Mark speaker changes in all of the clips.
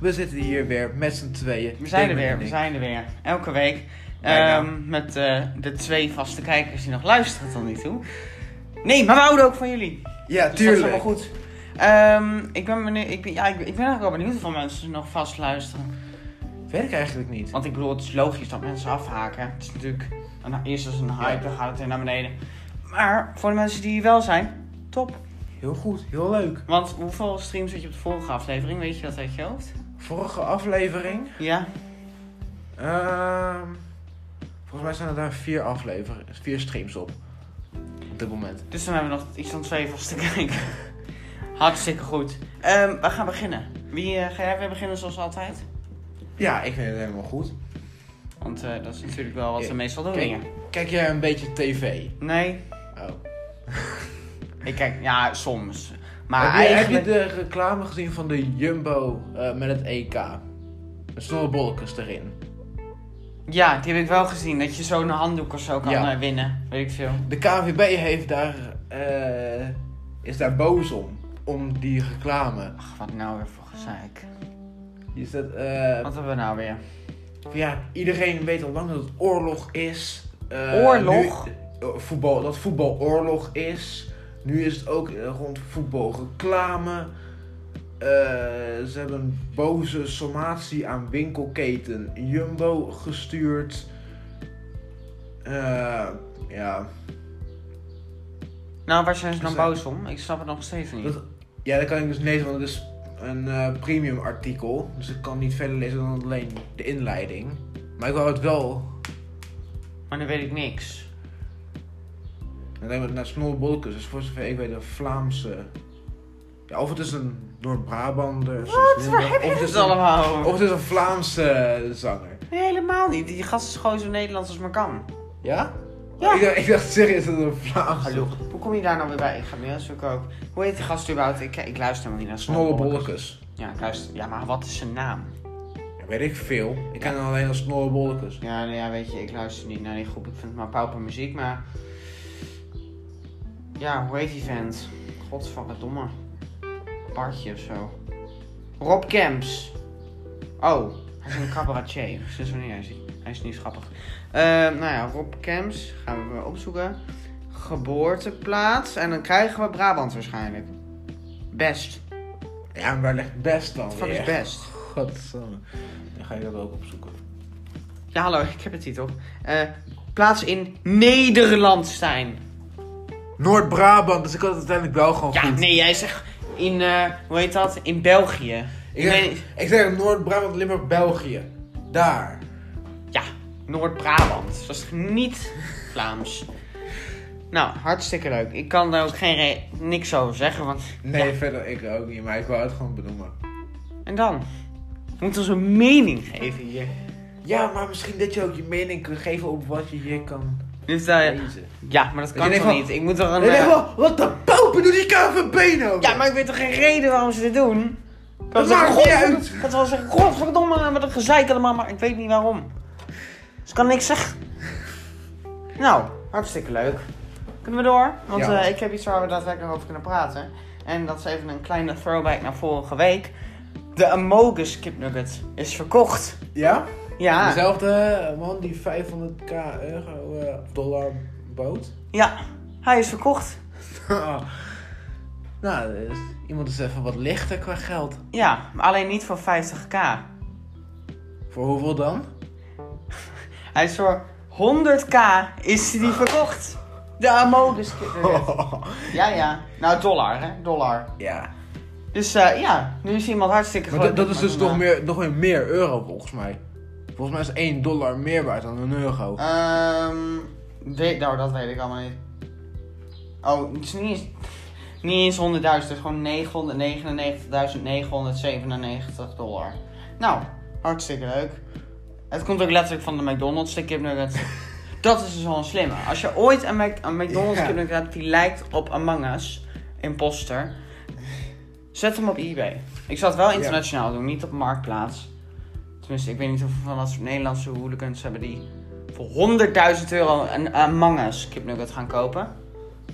Speaker 1: We zitten hier weer met z'n tweeën.
Speaker 2: We zijn er
Speaker 1: Damon
Speaker 2: weer,
Speaker 1: en
Speaker 2: we
Speaker 1: ik.
Speaker 2: zijn er weer. Elke week.
Speaker 1: Bijna.
Speaker 2: Ehm, met eh, de twee vaste kijkers die nog luisteren tot nu toe. Nee, maar we houden ook van jullie.
Speaker 1: Ja,
Speaker 2: Dus
Speaker 1: tuurlijk.
Speaker 2: dat is helemaal goed. Ehm, ik, ben benieuwd, ik, ben, ja, ik, ben- ik ben eigenlijk wel benieuwd hoeveel mensen nog vast luisteren.
Speaker 1: Weet ik eigenlijk niet.
Speaker 2: Want ik bedoel, het is logisch dat mensen afhaken. Het is natuurlijk, een, eerst als een hype, dan gaat het weer naar beneden. Maar voor de mensen die hier wel zijn, top.
Speaker 1: Heel goed, heel leuk.
Speaker 2: Want hoeveel streams had je op de vorige aflevering? Weet je dat uit je hoofd?
Speaker 1: Vorige aflevering.
Speaker 2: Ja,
Speaker 1: ehm, volgens mij zijn er daar vier afleveringen, vier streams op. Op dit moment.
Speaker 2: Dus dan hebben we nog iets van twee vast te kijken. Hartstikke goed. Ehm, we gaan beginnen. Wie eh, ga jij weer beginnen zoals altijd?
Speaker 1: Ja, ik vind het helemaal goed.
Speaker 2: Want eh, dat is natuurlijk wel wat we
Speaker 1: Ja,
Speaker 2: meestal doen.
Speaker 1: kijk. Kijk jij een beetje tv?
Speaker 2: Nee,
Speaker 1: Oh.
Speaker 2: ik kijk, ja, soms. Maar
Speaker 1: heb, je,
Speaker 2: eigenlijk.
Speaker 1: heb je de reclame gezien van de Jumbo eh, met het EK? Met snorbolkens erin.
Speaker 2: Ja, die heb ik wel gezien. Dat je zo'n handdoek of zo kan
Speaker 1: Ja.
Speaker 2: eh, winnen. Weet ik veel.
Speaker 1: De KVB heeft daar, eh, is daar boos om. Om die reclame.
Speaker 2: Ach, wat nou weer voor gezeik.
Speaker 1: Is dat, eh,
Speaker 2: Wat hebben we nou weer?
Speaker 1: van ja, iedereen weet al lang dat het oorlog is. Eh,
Speaker 2: Oorlog?
Speaker 1: nu- eh, voetbal, dat voetbal oorlog is. Nu is het ook eh, rond voetbal reclame. Eh, ze hebben een boze sommatie aan winkelketen Jumbo gestuurd. Eh, ja.
Speaker 2: Nou, waar zijn ze dan
Speaker 1: Is dat-
Speaker 2: boos om? Ik snap het nog steeds niet.
Speaker 1: Dat- ja, dat kan ik dus niet lezen, want het is een eh, premium artikel. Dus ik kan niet verder lezen dan alleen de inleiding. Maar ik wou het wel
Speaker 2: Maar nu weet ik niks.
Speaker 1: En dan naar Snorbolkes is dus voor zover ik weet een Vlaamse. Ja, of het is een Noord-Brabander. Wat?
Speaker 2: Waar heb je
Speaker 1: of, het
Speaker 2: het
Speaker 1: is een,
Speaker 2: allemaal over?
Speaker 1: of het is een Vlaamse zanger.
Speaker 2: Nee, helemaal niet. Die gast is gewoon zo Nederlands als maar kan.
Speaker 1: Ja?
Speaker 2: Ja.
Speaker 1: Ik, dacht- ik dacht serieus dat het een Vlaamse.
Speaker 2: Hallo. Hoe kom je daar nou weer bij? Ik ga mails zoeken ook. Hoe heet die gast überhaupt? Ik, ik luister helemaal niet naar Snorrebollen.
Speaker 1: Snorbolkes.
Speaker 2: Ja, ik luister. Ja, maar wat is zijn naam?
Speaker 1: Ja, weet ik veel. Ik ken alleen als Snorbolkes.
Speaker 2: Ja, nou ja, weet je, ik luister niet naar die groep. Ik vind het maar paupermuziek, maar... Ja, hoe heet die vent? Godverdomme. Bartje of zo. Rob Kemps. Oh, hij is een cabaretier. Sinds wanneer is hij? Hij is niet eens grappig. Eh, nou ja, Rob Kemps. Gaan we weer opzoeken. Geboorteplaats. En dan krijgen we Brabant waarschijnlijk. Best.
Speaker 1: Ja, maar waar ligt best dan?
Speaker 2: Wat fuck is
Speaker 1: weer?
Speaker 2: best?
Speaker 1: Godsamme. Dan ga je dat ook opzoeken.
Speaker 2: Ja, hallo, ik heb de titel. Eh, plaats in Nederland zijn.
Speaker 1: Noord-Brabant, dus ik had het uiteindelijk wel gewoon
Speaker 2: Ja,
Speaker 1: goed.
Speaker 2: nee, jij zegt in, eh, hoe heet dat? In België.
Speaker 1: Ik,
Speaker 2: Ik
Speaker 1: zeg,
Speaker 2: weet-
Speaker 1: ik zeg Noord-Brabant, Limburg, België. Daar.
Speaker 2: ja, Noord-Brabant. Dat is niet Vlaams. Nou, hartstikke leuk. Ik kan daar ook geen re- niks over zeggen, want...
Speaker 1: Nee, verder ik ook niet, maar ik wou het gewoon benoemen.
Speaker 2: En dan? Je moet ons een mening geven hier.
Speaker 1: Ja, maar misschien dat je ook je mening kunt geven op wat je hier kan
Speaker 2: Dus, eh,
Speaker 1: lezen.
Speaker 2: ja, maar dat kan
Speaker 1: je
Speaker 2: toch
Speaker 1: denkt
Speaker 2: niet?
Speaker 1: van-
Speaker 2: Ik moet toch een...
Speaker 1: En
Speaker 2: eh,
Speaker 1: dan wel, wat de pauper doet die KVB nou?
Speaker 2: Ja, maar ik weet toch geen reden waarom ze dit doen? Ik kan
Speaker 1: Dat
Speaker 2: zeggen,
Speaker 1: maakt niet
Speaker 2: "Godverd-
Speaker 1: uit."
Speaker 2: Ik kan wel zeggen, godverdomme, met een gezeik allemaal, maar ik weet niet waarom. Dus ik kan niks zeggen. Nou, hartstikke leuk. Kunnen we door? Want
Speaker 1: Ja.
Speaker 2: eh, ik heb iets waar we daadwerkelijk over kunnen praten. En dat is even een kleine throwback naar vorige week. De Amogus kipnugget is verkocht.
Speaker 1: Ja?
Speaker 2: Ja,
Speaker 1: Dezelfde eh, man die 500k euro eh, of dollar bood.
Speaker 2: ja, hij is verkocht.
Speaker 1: Ah. nou, dus iemand is even wat lichter qua geld.
Speaker 2: Ja, maar alleen niet voor 50k.
Speaker 1: Voor hoeveel dan?
Speaker 2: Hij is voor 100k is die verkocht. De Amogus kipnugget. Ja, ja. Nou, dollar, hè? Dollar.
Speaker 1: ja,
Speaker 2: Dus eh, ja, nu is iemand hartstikke
Speaker 1: maar dat, dat
Speaker 2: gelukkig
Speaker 1: is
Speaker 2: met
Speaker 1: dus
Speaker 2: een,
Speaker 1: nog,
Speaker 2: eh,
Speaker 1: meer, nog weer meer euro volgens mij. Volgens mij is 1 dollar meer waard dan een
Speaker 2: Ah.
Speaker 1: euro.
Speaker 2: Ehm. weet, nou, dat weet ik allemaal niet. Oh, het is niet eens, niet eens 100.000, het is gewoon 999.997 dollar. Nou, hartstikke leuk. Het komt ook letterlijk van de McDonald's, de kipnugget. dat is dus wel een slimme. Als je ooit een, Mac- een McDonald's
Speaker 1: Ja.
Speaker 2: kipnugget hebt die lijkt op Among Us, imposter, zet hem op eBay. Ik zou het wel internationaal doen, niet op Marktplaats. Tenminste, ik weet niet hoeveel van dat soort Nederlandse hooligans hebben die voor 100.000 euro een Among Us kipnugget gaan kopen.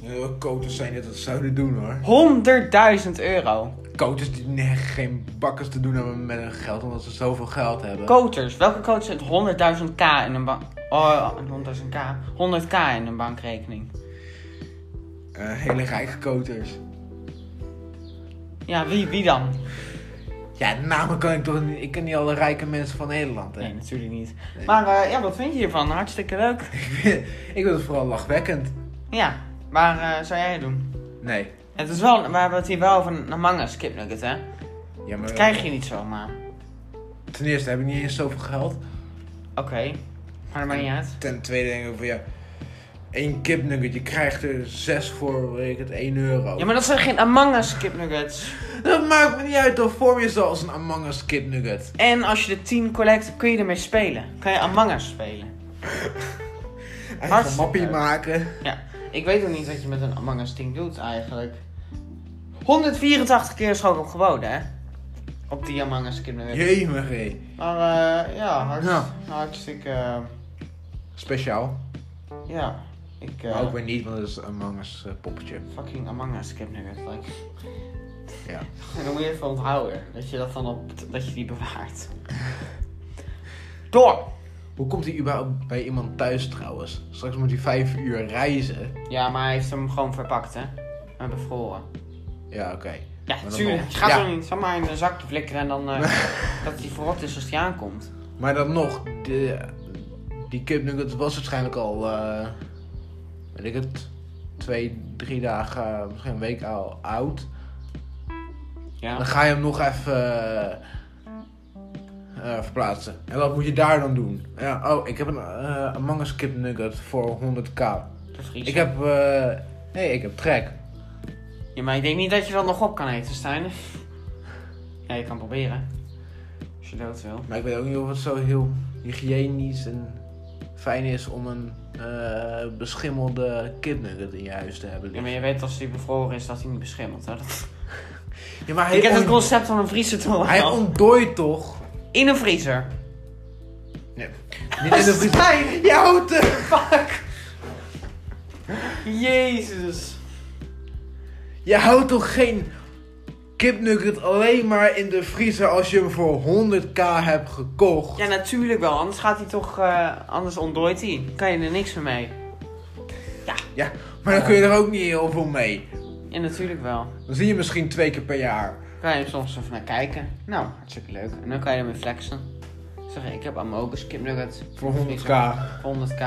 Speaker 1: Heel koters zijn dat dat zouden doen hoor.
Speaker 2: 100.000 euro.
Speaker 1: coaches die ne- geen bakkers te doen hebben met hun geld, omdat ze zoveel geld hebben.
Speaker 2: Coaters. Welke coach zet 100.000k in een bank... Oh, 100.000k. 100k in een bankrekening.
Speaker 1: Eh, hele rijke coaches.
Speaker 2: Ja, wie, wie dan?
Speaker 1: Ja, namen kan ik toch niet. Ik ken niet alle rijke mensen van Nederland. Hè?
Speaker 2: Nee, natuurlijk niet. Maar eh, ja, wat vind je hiervan? Hartstikke leuk.
Speaker 1: ik, vind, ik vind het vooral lachwekkend.
Speaker 2: Ja, maar eh, zou jij het doen?
Speaker 1: Nee.
Speaker 2: Het is wel, we hebben het hier wel over een Among Us kipnugget, hè?
Speaker 1: Ja, maar,
Speaker 2: Dat krijg je niet zomaar.
Speaker 1: Ten eerste heb ik niet eens zoveel geld.
Speaker 2: Oké, maar dat maakt niet uit.
Speaker 1: Ten tweede denk ik van ja, één kipnugget, je krijgt er zes voor, weet ik het, 1 euro.
Speaker 2: Ja, maar dat zijn geen Among Us kipnuggets.
Speaker 1: Dat maakt me niet uit, dan vorm je ze als een Among Us kipnugget.
Speaker 2: En als je de 10 collect, kun je ermee spelen. Kan je Among Us spelen.
Speaker 1: Eigen
Speaker 2: Hartstikke
Speaker 1: mappie
Speaker 2: leuk.
Speaker 1: maken.
Speaker 2: Ja, ik weet ook niet wat je met een Among Us team doet eigenlijk. 184 keer is er ook op geboden, hè? Op die Among Us kipnugget.
Speaker 1: Jemig, hé.
Speaker 2: Maar eh, ja, hartst-
Speaker 1: Ja.
Speaker 2: hartstikke... eh,
Speaker 1: Speciaal.
Speaker 2: ja, ik... eh,
Speaker 1: Maar ook weer niet, want het is een Among Us eh, poppetje.
Speaker 2: Fucking Among Us kipnugget, like...
Speaker 1: Ja.
Speaker 2: En dan moet je even onthouden. Dat je dat dan op... Dat je die bewaart. Door!
Speaker 1: Hoe komt hij überhaupt bij iemand thuis trouwens? Straks moet hij vijf uur reizen.
Speaker 2: Ja, maar hij heeft hem gewoon verpakt, hè? En bevroren.
Speaker 1: Ja, oké.
Speaker 2: Ja,
Speaker 1: Maar dan
Speaker 2: tuurlijk.
Speaker 1: nog.
Speaker 2: Je gaat
Speaker 1: Ja.
Speaker 2: toch niet zomaar in een zakje flikkeren en dan eh, dat hij verrot is als hij aankomt.
Speaker 1: Maar dan nog, de, die kipnugget was waarschijnlijk al, eh, weet ik het, twee, drie dagen, eh, misschien een week al oud. Dan
Speaker 2: Ja.
Speaker 1: ga je hem nog even eh, eh, verplaatsen. En wat moet je daar dan doen? Ja, oh, ik heb een eh Among Us kipnugget voor 100k.
Speaker 2: Bevriezen.
Speaker 1: Ik heb, eh, nee, ik heb trek.
Speaker 2: Ja, maar ik denk niet dat je dat nog op kan eten, Stijn. Ja, je kan proberen. Als je dood wil.
Speaker 1: Maar ik weet ook niet of het zo heel hygiënisch en fijn is om een eh, beschimmelde kipnugget in je huis te hebben.
Speaker 2: Ja, maar je weet als hij bevroren is dat hij niet beschimmelt. Hè? Dat...
Speaker 1: Ja, maar
Speaker 2: Ik heb het
Speaker 1: on-
Speaker 2: concept van een vriezer toch wel.
Speaker 1: hij ontdooit toch?
Speaker 2: In een vriezer.
Speaker 1: Nee. Niet in de vriezer. Je houdt de-
Speaker 2: Fuck. Jezus.
Speaker 1: Je houdt toch geen kipnugget alleen maar in de vriezer als je hem voor 100k hebt gekocht?
Speaker 2: Ja, natuurlijk wel. Anders gaat hij toch... eh, anders ontdooit hij. Kan je er niks meer mee.
Speaker 1: Ja, maar dan kun je er ook niet heel veel mee.
Speaker 2: Ja, natuurlijk wel.
Speaker 1: Dan zie je misschien twee keer per jaar.
Speaker 2: kan je er soms even naar kijken. Nou, hartstikke leuk. En dan kan je ermee flexen. Zeg, ik heb Amogus kipnugget.
Speaker 1: Voor 100k.
Speaker 2: Voor 100k.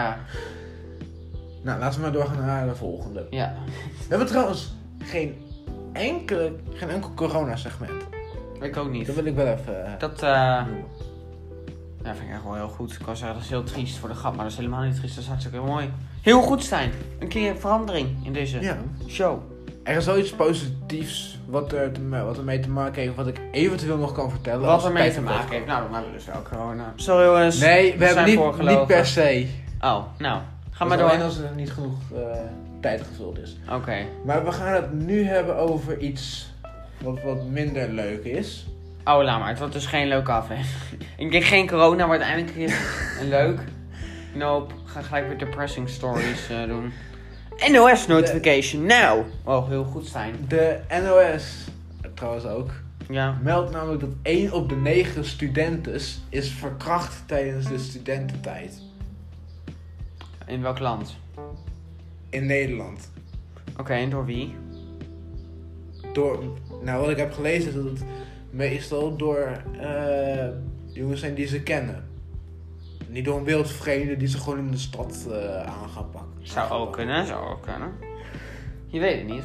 Speaker 1: Nou, laten we maar doorgaan naar de volgende.
Speaker 2: Ja.
Speaker 1: We hebben trouwens geen, enkele, geen enkel corona-segment.
Speaker 2: Ik ook
Speaker 1: Dat
Speaker 2: niet.
Speaker 1: wil ik wel even eh,
Speaker 2: Dat eh
Speaker 1: noemen.
Speaker 2: ja, vind ik echt wel heel goed. Ik was zeggen, dat is heel triest voor de grap, maar dat is helemaal niet triest. Dat is hartstikke mooi. Heel goed zijn. Een keer verandering in deze
Speaker 1: Ja.
Speaker 2: show.
Speaker 1: Er is wel iets positiefs wat, er te, ma- wat ermee te maken heeft, wat ik eventueel nog kan vertellen.
Speaker 2: Wat
Speaker 1: als
Speaker 2: ermee
Speaker 1: tijd
Speaker 2: te
Speaker 1: er
Speaker 2: maken
Speaker 1: is.
Speaker 2: heeft. Nou, dan hebben we dus wel corona. Sorry jongens.
Speaker 1: Nee, we
Speaker 2: zijn
Speaker 1: hebben niet,
Speaker 2: voorgelogen.
Speaker 1: niet per se.
Speaker 2: Oh, nou. Ga
Speaker 1: Dat is
Speaker 2: maar door.
Speaker 1: Alleen
Speaker 2: Oké.
Speaker 1: als er niet genoeg eh, tijd gevuld is. Maar we gaan het nu hebben over iets wat, wat minder leuk is.
Speaker 2: Oh, laat maar. Het wordt dus geen leuke aflevering. Ik denk geen corona, maar uiteindelijk een leuk. Nope. Ik ga gelijk weer depressing stories eh, doen. NOS notification now. Oh, heel goed zijn.
Speaker 1: De NOS, eh, trouwens ook,
Speaker 2: Ja.
Speaker 1: meldt namelijk dat 1 op de 9 studenten is verkracht tijdens de studententijd.
Speaker 2: In welk land?
Speaker 1: In Nederland.
Speaker 2: Oké, en door wie?
Speaker 1: Door, nou, wat ik heb gelezen is dat het meestal door eh, jongens zijn die ze kennen. Niet door een wildvreemde die ze gewoon in de stad eh, aan gaan pakken.
Speaker 2: Zou ook kunnen, zou ook kunnen. Je weet het niet.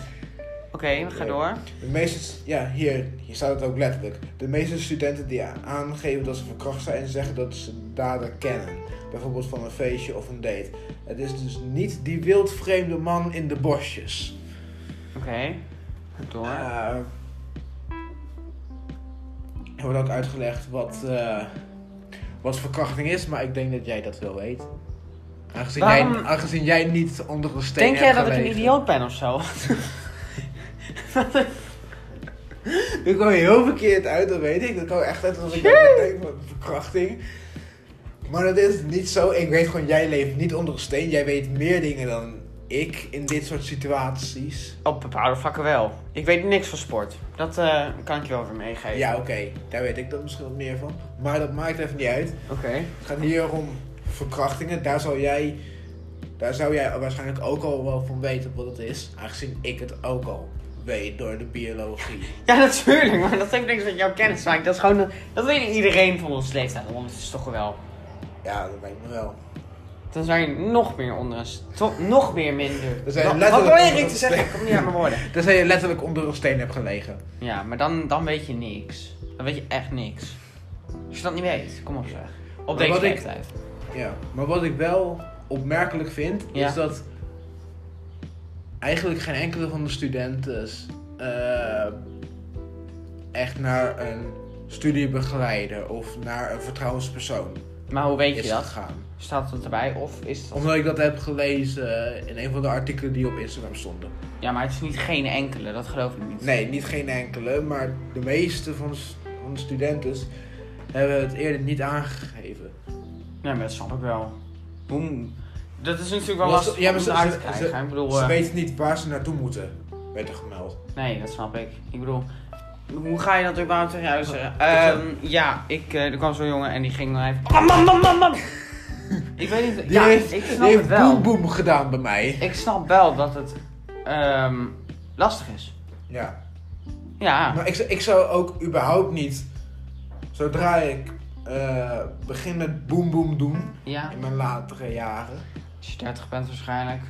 Speaker 2: Oké, we gaan door.
Speaker 1: De meeste, ja, hier, hier staat het ook letterlijk. De meeste studenten die a- aangeven dat ze verkracht zijn, zeggen dat ze dader kennen. Bijvoorbeeld van een feestje of een date. Het is dus niet die wildvreemde man in de bosjes.
Speaker 2: Oké. Door.
Speaker 1: Eh, er wordt ook uitgelegd wat, eh, wat verkrachting is, maar ik denk dat jij dat wel weet. Aangezien, jij,
Speaker 2: Waarom-
Speaker 1: aangezien jij niet onder een steen
Speaker 2: Denk jij
Speaker 1: hebt
Speaker 2: dat ik een
Speaker 1: gelegen.
Speaker 2: idioot ben of zo?
Speaker 1: Nu kwam je heel verkeerd uit, dat weet ik. Dat kwam echt uit als ik aan denk van verkrachting. Maar dat is niet zo. Ik weet gewoon, jij leeft niet onder een steen. Jij weet meer dingen dan ik in dit soort situaties.
Speaker 2: Op bepaalde vlakken wel. Ik weet niks van sport. Dat eh, kan ik je wel weer meegeven.
Speaker 1: Ja, oké, daar weet ik dan misschien wat meer van. Maar dat maakt even niet uit.
Speaker 2: Oké.
Speaker 1: Het gaat hier om verkrachtingen. Daar zou jij, daar zou jij waarschijnlijk ook al wel van weten wat het is. Aangezien ik het ook al weet door de biologie.
Speaker 2: Ja, natuurlijk, maar dat heeft niks met jouw kennis te maken. Dat is gewoon, eh, dat weet iedereen van ons leeftijd. Want het is toch wel.
Speaker 1: Ja, dat weet ik me wel.
Speaker 2: Dan zijn je nog meer onder een st- to- nog meer minder.
Speaker 1: Dan zijn je
Speaker 2: Wat- Wat
Speaker 1: letterlijk
Speaker 2: probeer
Speaker 1: onder
Speaker 2: ik
Speaker 1: een
Speaker 2: te zeggen? Ik kom niet aan mijn woorden.
Speaker 1: Tenzij je letterlijk onder een steen hebt gelegen.
Speaker 2: Ja, maar dan, dan weet je niks. Dan weet je echt niks. Als je dat niet weet, kom op zeg. Op deze
Speaker 1: wat ik-
Speaker 2: leeftijd.
Speaker 1: Ja, maar wat ik wel opmerkelijk vind,
Speaker 2: Ja.
Speaker 1: is dat eigenlijk geen enkele van de studenten eh, echt naar een studiebegeleider of naar een vertrouwenspersoon
Speaker 2: Maar hoe weet je
Speaker 1: is
Speaker 2: dat?
Speaker 1: gegaan.
Speaker 2: Staat het erbij of is het...
Speaker 1: Omdat ik dat heb gelezen in een van de artikelen die op Instagram stonden.
Speaker 2: Ja, maar het is niet geen enkele, dat geloof ik niet.
Speaker 1: Nee, niet geen enkele, maar de meeste van de, s- van de studenten hebben het eerder niet aangegeven.
Speaker 2: Nee, maar dat snap ik wel. Hoe... Dat is natuurlijk wel
Speaker 1: Maar ze-
Speaker 2: lastig
Speaker 1: ja,
Speaker 2: om
Speaker 1: maar ze-
Speaker 2: eruit
Speaker 1: ze-
Speaker 2: te krijgen.
Speaker 1: ze-
Speaker 2: ik bedoel,
Speaker 1: Ze
Speaker 2: eh,
Speaker 1: weten niet waar ze naartoe moeten, werd er gemeld.
Speaker 2: Nee, dat snap ik. Ik bedoel, hoe ga je dat überhaupt tegen jou zeggen?
Speaker 1: Oh,
Speaker 2: Ehm, ja, ik, eh, er kwam zo'n jongen en die ging dan even... Ah, man, man, man, man! ik weet niet,
Speaker 1: Die
Speaker 2: ja,
Speaker 1: heeft-
Speaker 2: ik snap
Speaker 1: Die
Speaker 2: het
Speaker 1: heeft
Speaker 2: wel.
Speaker 1: boem boem gedaan bij mij.
Speaker 2: Ik snap wel dat het ehm, lastig is.
Speaker 1: Ja.
Speaker 2: Ja,
Speaker 1: Maar ik, zou- ik zou ook überhaupt niet, zodra ik eh, begin met boem boem doen
Speaker 2: ja.
Speaker 1: in mijn latere jaren.
Speaker 2: Als je 30 bent waarschijnlijk.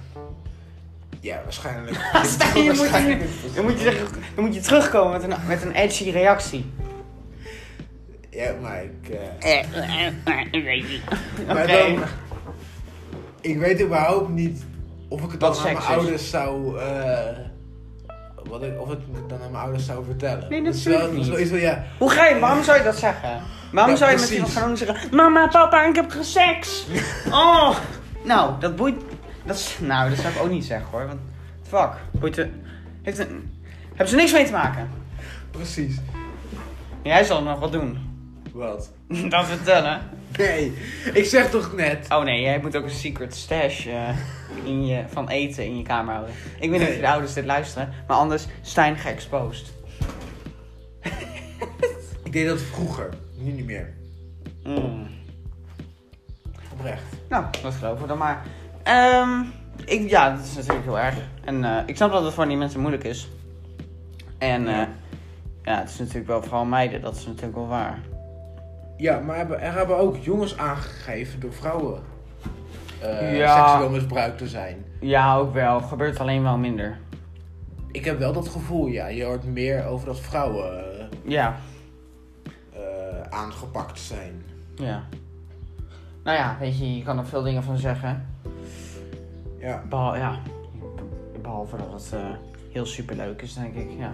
Speaker 1: Ja, waarschijnlijk.
Speaker 2: Stijn, je moet
Speaker 1: waarschijnlijk-
Speaker 2: Dan moet je, terug- dan moet je terugkomen met een, met een edgy reactie.
Speaker 1: Ja, maar ik. eh,
Speaker 2: eh, Oké.
Speaker 1: maar dan- ik weet überhaupt niet of ik het dan
Speaker 2: Wat
Speaker 1: aan mijn
Speaker 2: seks is.
Speaker 1: ouders zou. eh, wat ik, of ik het dan aan mijn ouders zou vertellen.
Speaker 2: Nee,
Speaker 1: Dat is
Speaker 2: natuurlijk
Speaker 1: wel- dat is wel
Speaker 2: niet.
Speaker 1: iets van, ja,
Speaker 2: Hoe ga je, waarom zou je dat zeggen? Waarom
Speaker 1: Ja,
Speaker 2: zou je met
Speaker 1: precies.
Speaker 2: iemand gaan zeggen, mama, papa, ik heb seks. oh, nou, dat boeit, dat is, nou, dat zou ik ook niet zeggen hoor, want fuck, boeit het, heeft het, hebben ze niks mee te maken.
Speaker 1: precies.
Speaker 2: Jij zal nog wat doen,
Speaker 1: Wat?
Speaker 2: dat vertellen.
Speaker 1: Nee, ik zeg toch net.
Speaker 2: Oh nee, jij moet ook een secret stash eh, in je, van eten in je kamer houden. Ik weet niet of je de ouders dit luisteren, maar anders Stijn geëxposed.
Speaker 1: Ik deed dat vroeger, nu niet meer.
Speaker 2: Mm.
Speaker 1: Oprecht.
Speaker 2: Nou, dat geloven we dan maar. Ehm, ik, ja, dat is natuurlijk heel erg. En eh, ik snap dat het voor die mensen moeilijk is. En eh, ja, het is natuurlijk wel vooral meiden, dat is natuurlijk wel waar.
Speaker 1: Ja, maar hebben- er hebben ook jongens aangegeven door vrouwen eh,
Speaker 2: Ja.
Speaker 1: seksueel misbruikt te zijn.
Speaker 2: Ja, ook wel. Gebeurt alleen wel minder.
Speaker 1: Ik heb wel dat gevoel, ja. Je hoort meer over dat vrouwen
Speaker 2: Ja,
Speaker 1: eh, eh, aangepakt zijn.
Speaker 2: ja. Nou ja, weet je, je kan er veel dingen van zeggen.
Speaker 1: Ja.
Speaker 2: Behal, ja. Behalve dat het eh, heel superleuk is, denk ik. Ja.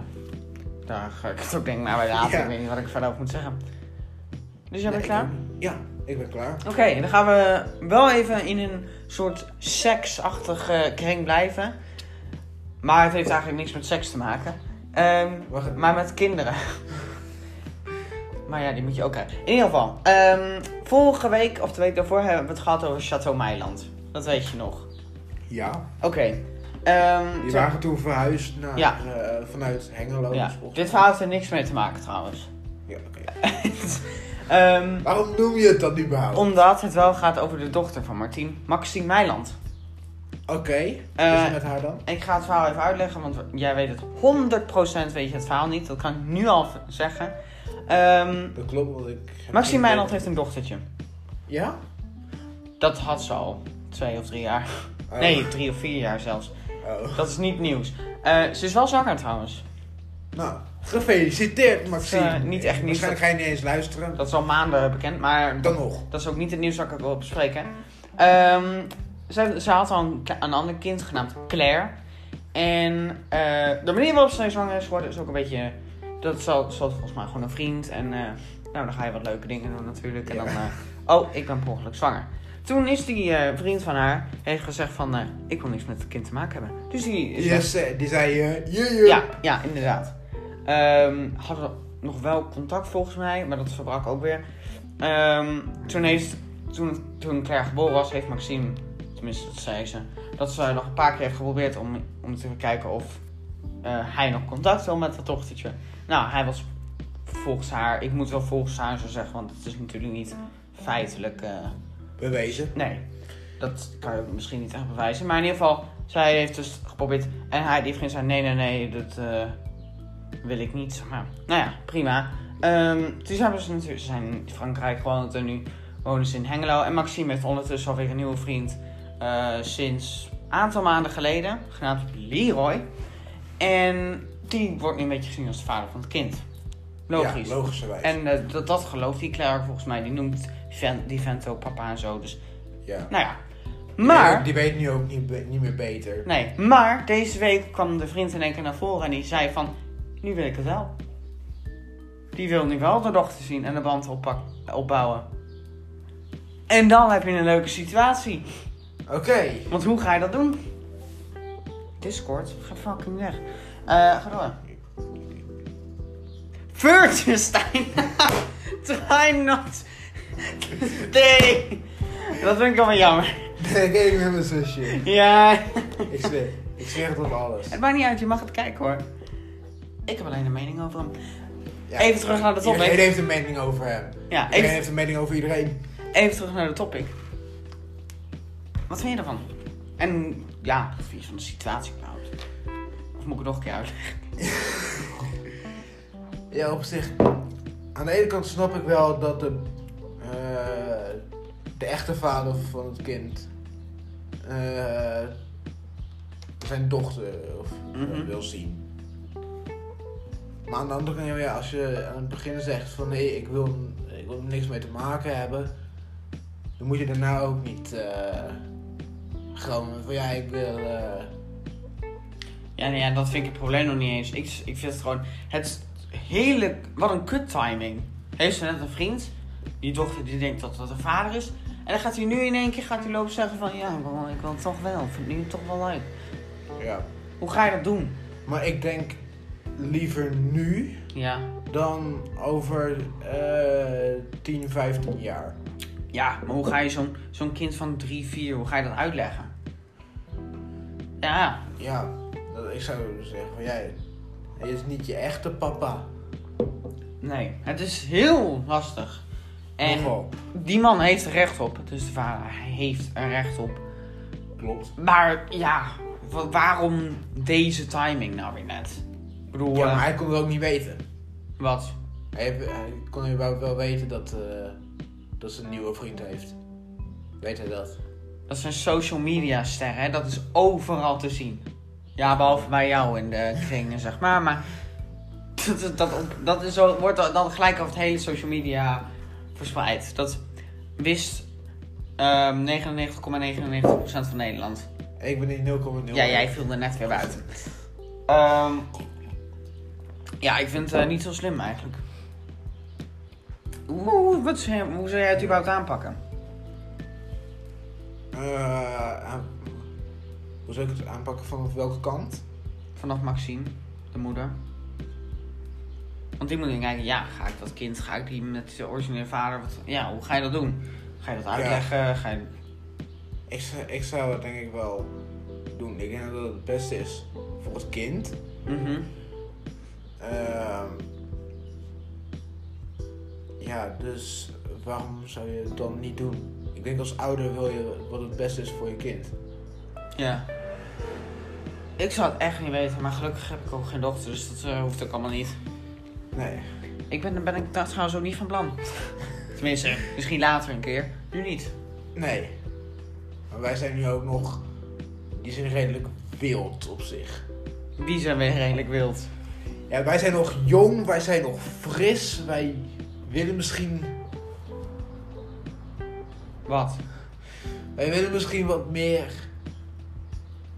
Speaker 2: Daar ga ik het ook denk ik maar bij laten.
Speaker 1: Ja.
Speaker 2: Ik weet niet wat ik verder over moet zeggen. Dus jij
Speaker 1: Nee,
Speaker 2: bent
Speaker 1: ik-
Speaker 2: klaar?
Speaker 1: Ja, ik ben klaar.
Speaker 2: Oké, dan gaan we wel even in een soort seksachtige kring blijven. Maar het heeft eigenlijk niks met seks te maken. Ehm,
Speaker 1: Wacht.
Speaker 2: maar met kinderen. maar ja, die moet je ook hebben. In ieder geval, ehm, vorige week of de week daarvoor hebben we het gehad over Chateau Meiland. Dat weet je nog.
Speaker 1: Ja.
Speaker 2: Oké. ehm,
Speaker 1: Die waren toen verhuisd naar,
Speaker 2: Ja.
Speaker 1: eh, vanuit Hengelo.
Speaker 2: ja.
Speaker 1: dus volgens
Speaker 2: Dit
Speaker 1: mij-
Speaker 2: verhaal heeft er niks mee te maken trouwens.
Speaker 1: Ja, oké.
Speaker 2: Ehm,
Speaker 1: Waarom noem je het dan überhaupt?
Speaker 2: omdat het wel gaat over de dochter van Martien, Maxine Meiland.
Speaker 1: Oké,
Speaker 2: Eh,
Speaker 1: wat is er met haar dan?
Speaker 2: Ik ga het verhaal even uitleggen, want jij weet het 100% weet je het verhaal niet. Dat kan ik nu al v- zeggen. Ehm
Speaker 1: Dat klopt, want ik... heb
Speaker 2: Maxime
Speaker 1: geen
Speaker 2: Meiland
Speaker 1: idee.
Speaker 2: heeft een dochtertje.
Speaker 1: Ja?
Speaker 2: Dat had ze al twee of drie jaar.
Speaker 1: Oh.
Speaker 2: Nee, drie of vier jaar zelfs.
Speaker 1: Oh.
Speaker 2: Dat is niet nieuws. Eh, ze is wel zwanger trouwens.
Speaker 1: Nou, gefeliciteerd Maxime.
Speaker 2: eh, niet echt nieuws.
Speaker 1: Waarschijnlijk ga je niet eens luisteren.
Speaker 2: Dat is al maanden bekend, maar
Speaker 1: Dan nog.
Speaker 2: dat is ook niet het nieuws dat ik wil bespreken. Ehm, ze, ze had al een, kle- een ander kind genaamd Claire. En eh, de manier waarop ze zwanger is geworden is ook een beetje... Dat zal, zal volgens mij gewoon een vriend. En eh, nou, dan ga je wat leuke dingen doen natuurlijk. En
Speaker 1: Ja.
Speaker 2: dan... eh, oh, ik ben per ongeluk zwanger. Toen is die eh, vriend van haar... Heeft gezegd van... eh, ik wil niks met het kind te maken hebben. Dus die is
Speaker 1: Yes, eh, die zei je. je, je.
Speaker 2: ja, ja, inderdaad. Ehm, hadden we nog wel contact volgens mij, maar dat verbrak ook weer. Ehm, toen, heeft, toen, toen Claire geboren was, heeft Maxime, tenminste dat zei ze, dat ze nog een paar keer heeft geprobeerd om, om te kijken of eh, hij nog contact wil met dat dochtertje. Nou, hij was volgens haar, ik moet wel volgens haar zo zeggen, want het is natuurlijk niet feitelijk. eh,
Speaker 1: Bewezen.
Speaker 2: nee, dat kan je ook misschien niet echt bewijzen. Maar in ieder geval, zij heeft dus geprobeerd. En hij die vriend zei: nee, nee, nee, dat eh, wil ik niet. zeg Maar nou ja, prima. Ehm toen zijn we ze natuurlijk, ze zijn in Frankrijk gewoond en nu wonen ze in Hengelo. En Maxime heeft ondertussen alweer een nieuwe vriend eh, sinds een aantal maanden geleden, genaamd Leroy. En die wordt nu een beetje gezien als de vader van het kind. Logisch.
Speaker 1: Ja, logischerwijs.
Speaker 2: En eh, dat, dat gelooft die Claire ook volgens mij. Die noemt Ven- die vent ook papa en zo. Dus
Speaker 1: ja.
Speaker 2: nou ja.
Speaker 1: Die weet-
Speaker 2: Maar,
Speaker 1: Die weet nu ook niet, be- niet meer beter.
Speaker 2: nee, maar deze week kwam de vriend in één keer naar voren en die zei van... Nu wil ik het wel. Die wil nu wel de dochter zien en de band oppak, opbouwen. En dan heb je een leuke situatie.
Speaker 1: Oké.
Speaker 2: Want hoe ga je dat doen? Discord, ga fucking weg. Eh, ga door. Virginstein! Try not! Nee! Dat vind ik wel jammer.
Speaker 1: Nee, ik weet niet met mijn zusje.
Speaker 2: Ja.
Speaker 1: Ik zweer. Ik zweer het op alles.
Speaker 2: Het maakt niet uit, je mag het kijken hoor. Ik heb alleen een mening over hem.
Speaker 1: Ja.
Speaker 2: Even terug naar de topic.
Speaker 1: Iedereen heeft een mening over hem.
Speaker 2: Ja,
Speaker 1: Iedereen
Speaker 2: even,
Speaker 1: heeft een mening over iedereen.
Speaker 2: even terug naar de topic. Wat vind je ervan? En ja, wat vind je van de situatie überhaupt? Of moet ik het nog een keer uit?
Speaker 1: Ja, op zich. Aan de ene kant snap ik wel dat de, eh, de echte vader van het kind eh, zijn dochter of, eh,
Speaker 2: Mhm.
Speaker 1: wil zien. Maar aan de andere kant, ja, als je aan het begin zegt van nee, ik wil, ik wil er niks mee te maken hebben, dan moet je daarna ook niet eh gewoon van ja, ik wil. eh,
Speaker 2: Ja, nee, ja, dat vind ik het probleem nog niet eens. Ik, ik vind het gewoon. Het is hele. Wat een kut timing. Heeft ze net een vriend. Die dochter die denkt dat dat een vader is. En dan gaat hij nu in één keer gaat hij lopen zeggen van ja, ik wil- ik wil het toch wel. Ik vind het nu toch wel leuk.
Speaker 1: ja.
Speaker 2: Hoe ga je dat doen?
Speaker 1: Maar ik denk liever nu
Speaker 2: Ja.
Speaker 1: dan over eh 10, 15 jaar.
Speaker 2: Ja, maar hoe ga je zo'n zo'n kind van 3, 4, hoe ga je dat uitleggen? Ja,
Speaker 1: Ja, dat- ik zou zeggen van jij, hij is niet je echte papa.
Speaker 2: nee. Het is heel lastig. En
Speaker 1: Nogal.
Speaker 2: die man heeft er recht op. Dus de vader hij heeft er recht op.
Speaker 1: Klopt.
Speaker 2: Maar ja, wa- waarom deze timing nou weer net? Ik bedoel,
Speaker 1: Ja,
Speaker 2: eh,
Speaker 1: maar hij kon het ook niet weten.
Speaker 2: wat?
Speaker 1: Hij, heeft- hij kon überhaupt wel weten dat, eh, dat ze een nieuwe vriend heeft. Weet hij dat?
Speaker 2: Dat zijn social media sterren, hè? dat is overal te zien. Ja, behalve bij jou in de kringen, zeg maar. Maar dat, dat, dat is zo, wordt dan- dan gelijk over het hele social media verspreid. Dat wist ehm 99,99% van Nederland.
Speaker 1: Ik ben niet 0,0.
Speaker 2: Ja, jij viel er net weer buiten. Ehm, ja, ik vind het eh, niet zo slim eigenlijk. Hoe, wat, zou jij- hoe zou jij het überhaupt aanpakken?
Speaker 1: Eh, aan- hoe zou ik het aanpakken vanaf welke kant?
Speaker 2: vanaf Maxime, de moeder. Want die moet dan kijken, ja, ga ik dat kind, ga ik die met de originele vader, wat, ja, hoe ga je dat doen? Ga je dat uitleggen? Ga je...
Speaker 1: Ik, zou- ik zou het denk ik wel doen. Ik denk dat het het beste is voor het kind.
Speaker 2: Mhm.
Speaker 1: Ehm, ja, dus waarom zou je het dan niet doen? Ik denk als ouder wil je wat het beste is voor je kind.
Speaker 2: Ja. Ik zou het echt niet weten, maar gelukkig heb ik ook geen dochter, dus dat eh, hoeft ook allemaal niet.
Speaker 1: Nee.
Speaker 2: Ik ben, ben ik daar trouwens ook niet van plan. Tenminste, misschien later een keer. Nu niet.
Speaker 1: Nee. Maar wij zijn nu ook nog... Die zijn redelijk wild op zich.
Speaker 2: Die zijn weer redelijk wild.
Speaker 1: Ja, wij zijn nog jong, wij zijn nog fris. Wij willen misschien...
Speaker 2: Wat?
Speaker 1: Wij willen misschien wat meer.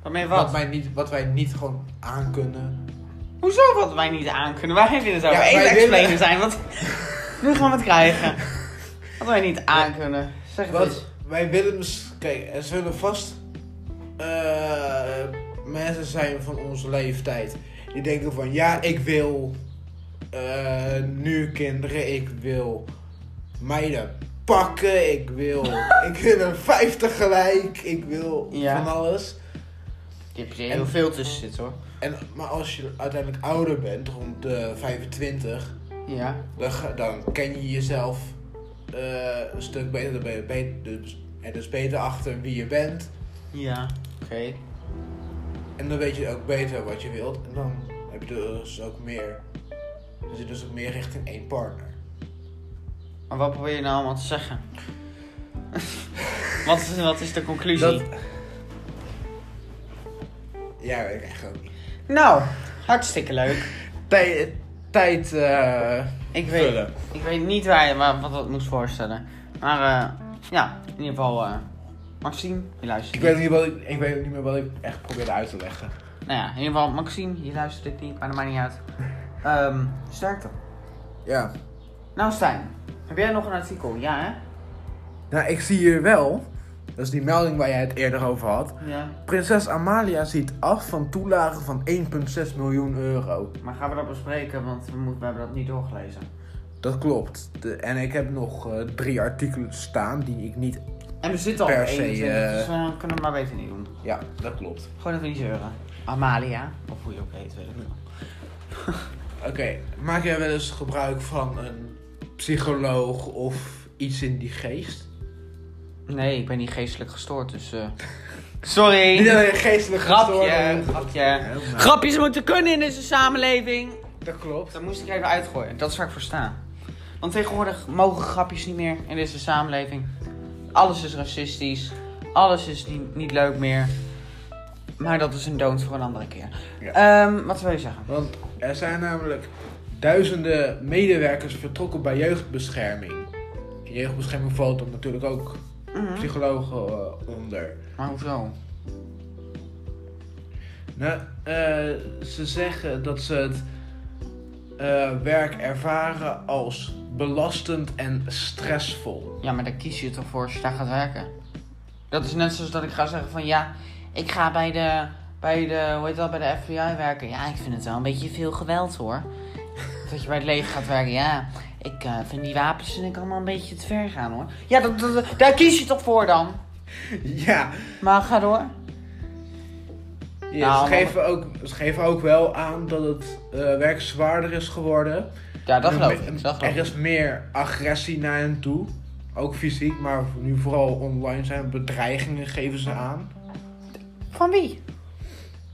Speaker 2: Waarmee wat?
Speaker 1: wij niet, wat wij niet gewoon aankunnen.
Speaker 2: Hoezo wat wij niet aan kunnen? Wij willen zo
Speaker 1: Ja,
Speaker 2: even
Speaker 1: wij
Speaker 2: explainer
Speaker 1: willen-
Speaker 2: zijn, want nu gaan we het krijgen. Wat wij niet aan kunnen. Zeg het eens.
Speaker 1: Wat wij willen... mis- Kijk, er zullen vast... eh, mensen zijn van onze leeftijd. Die denken van... Ja, ik wil... eh, nu kinderen. Ik wil... Meiden pakken. Ik wil... ik wil een vijftig gelijk. Ik wil
Speaker 2: Ja.
Speaker 1: van alles.
Speaker 2: Die heb je heel veel tussen zitten hoor.
Speaker 1: En, maar als je uiteindelijk ouder bent, rond de 25,
Speaker 2: Ja.
Speaker 1: dan, ga- dan ken je jezelf eh, een stuk beter. Dan ben je beter dus, en dus beter achter wie je bent.
Speaker 2: Ja. Oké.
Speaker 1: En dan weet je ook beter wat je wilt. En dan heb je dus ook meer. Dan zit dus ook meer richting één partner.
Speaker 2: Maar wat probeer je nou allemaal te zeggen? wat, is, wat is de conclusie?
Speaker 1: Dat- Ja, weet ik echt ook niet.
Speaker 2: Nou, hartstikke leuk.
Speaker 1: Tijd. Tijd. eh,
Speaker 2: Ik weet,
Speaker 1: vullen.
Speaker 2: ik weet niet waar je, waar, wat dat moest voorstellen. Maar eh, ja, in ieder geval, eh Maxime, je luistert
Speaker 1: Ik
Speaker 2: niet.
Speaker 1: weet, niet wat ik, ik weet ook niet meer wat ik echt probeerde uit te leggen.
Speaker 2: Nou ja, in ieder geval, Maxime, je luistert dit niet, maar dat maakt niet uit. Ehm sterkte.
Speaker 1: Ja.
Speaker 2: Nou Stijn, heb jij nog een artikel? Ja hè?
Speaker 1: Nou, ik zie hier wel. Dat is die melding waar jij het eerder over had.
Speaker 2: Ja.
Speaker 1: Prinses Amalia ziet af van toelagen van 1,6 miljoen euro.
Speaker 2: Maar gaan we dat bespreken, want we, moeten, we hebben dat niet doorgelezen.
Speaker 1: Dat klopt. De- en ik heb nog eh, drie artikelen staan die ik niet.
Speaker 2: En we zitten al
Speaker 1: Per
Speaker 2: op
Speaker 1: se,
Speaker 2: 21,
Speaker 1: eh,
Speaker 2: dus we kunnen het maar beter niet doen.
Speaker 1: Ja, dat klopt.
Speaker 2: Gewoon even niet zeuren. Amalia, of hoe je ook heet, weet ik niet.
Speaker 1: Oké, maak jij wel eens gebruik van een psycholoog of iets in die geest?
Speaker 2: Nee, ik ben niet geestelijk gestoord, dus... eh, Sorry!
Speaker 1: Niet alleen geestelijk
Speaker 2: grapje,
Speaker 1: gestoord, maar-
Speaker 2: grapje.
Speaker 1: Ja, maar-
Speaker 2: Grapjes moeten kunnen in deze samenleving.
Speaker 1: Dat klopt.
Speaker 2: Dat moest ik even uitgooien, dat is waar ik voor sta. Want tegenwoordig mogen grapjes niet meer in deze samenleving. Alles is racistisch, alles is niet, niet leuk meer. Maar dat is een dood voor een andere keer.
Speaker 1: Ja.
Speaker 2: Ehm, wat wil je zeggen?
Speaker 1: Want er zijn namelijk duizenden medewerkers vertrokken bij jeugdbescherming. Jeugdbescherming valt er natuurlijk ook
Speaker 2: Mhm.
Speaker 1: psychologen eh, onder.
Speaker 2: Maar hoezo?
Speaker 1: Nou, eh, ze zeggen dat ze het eh, werk ervaren als belastend en stressvol.
Speaker 2: Ja, maar daar kies je toch voor als je daar gaat werken. Dat is net zoals dat ik ga zeggen van ja, ik ga bij de, bij de, hoe heet dat, bij de FBI werken. Ja, ik vind het wel een beetje veel geweld hoor. Dat je bij het leger gaat werken, ja. Ik eh, vind die wapens vind ik allemaal een beetje te ver gaan hoor. Ja, dat, dat- dat- daar kies je toch voor dan.
Speaker 1: Ja,
Speaker 2: Maar ga door.
Speaker 1: ja,
Speaker 2: Nou,
Speaker 1: ze, geven ook, ze geven ook wel aan dat het eh, werk zwaarder is geworden.
Speaker 2: Ja, dat
Speaker 1: Er-
Speaker 2: geloof ik. Dat geloof
Speaker 1: er
Speaker 2: ik.
Speaker 1: is meer agressie naar hen toe. Ook fysiek, maar nu vooral online zijn bedreigingen geven ze aan.
Speaker 2: Van wie?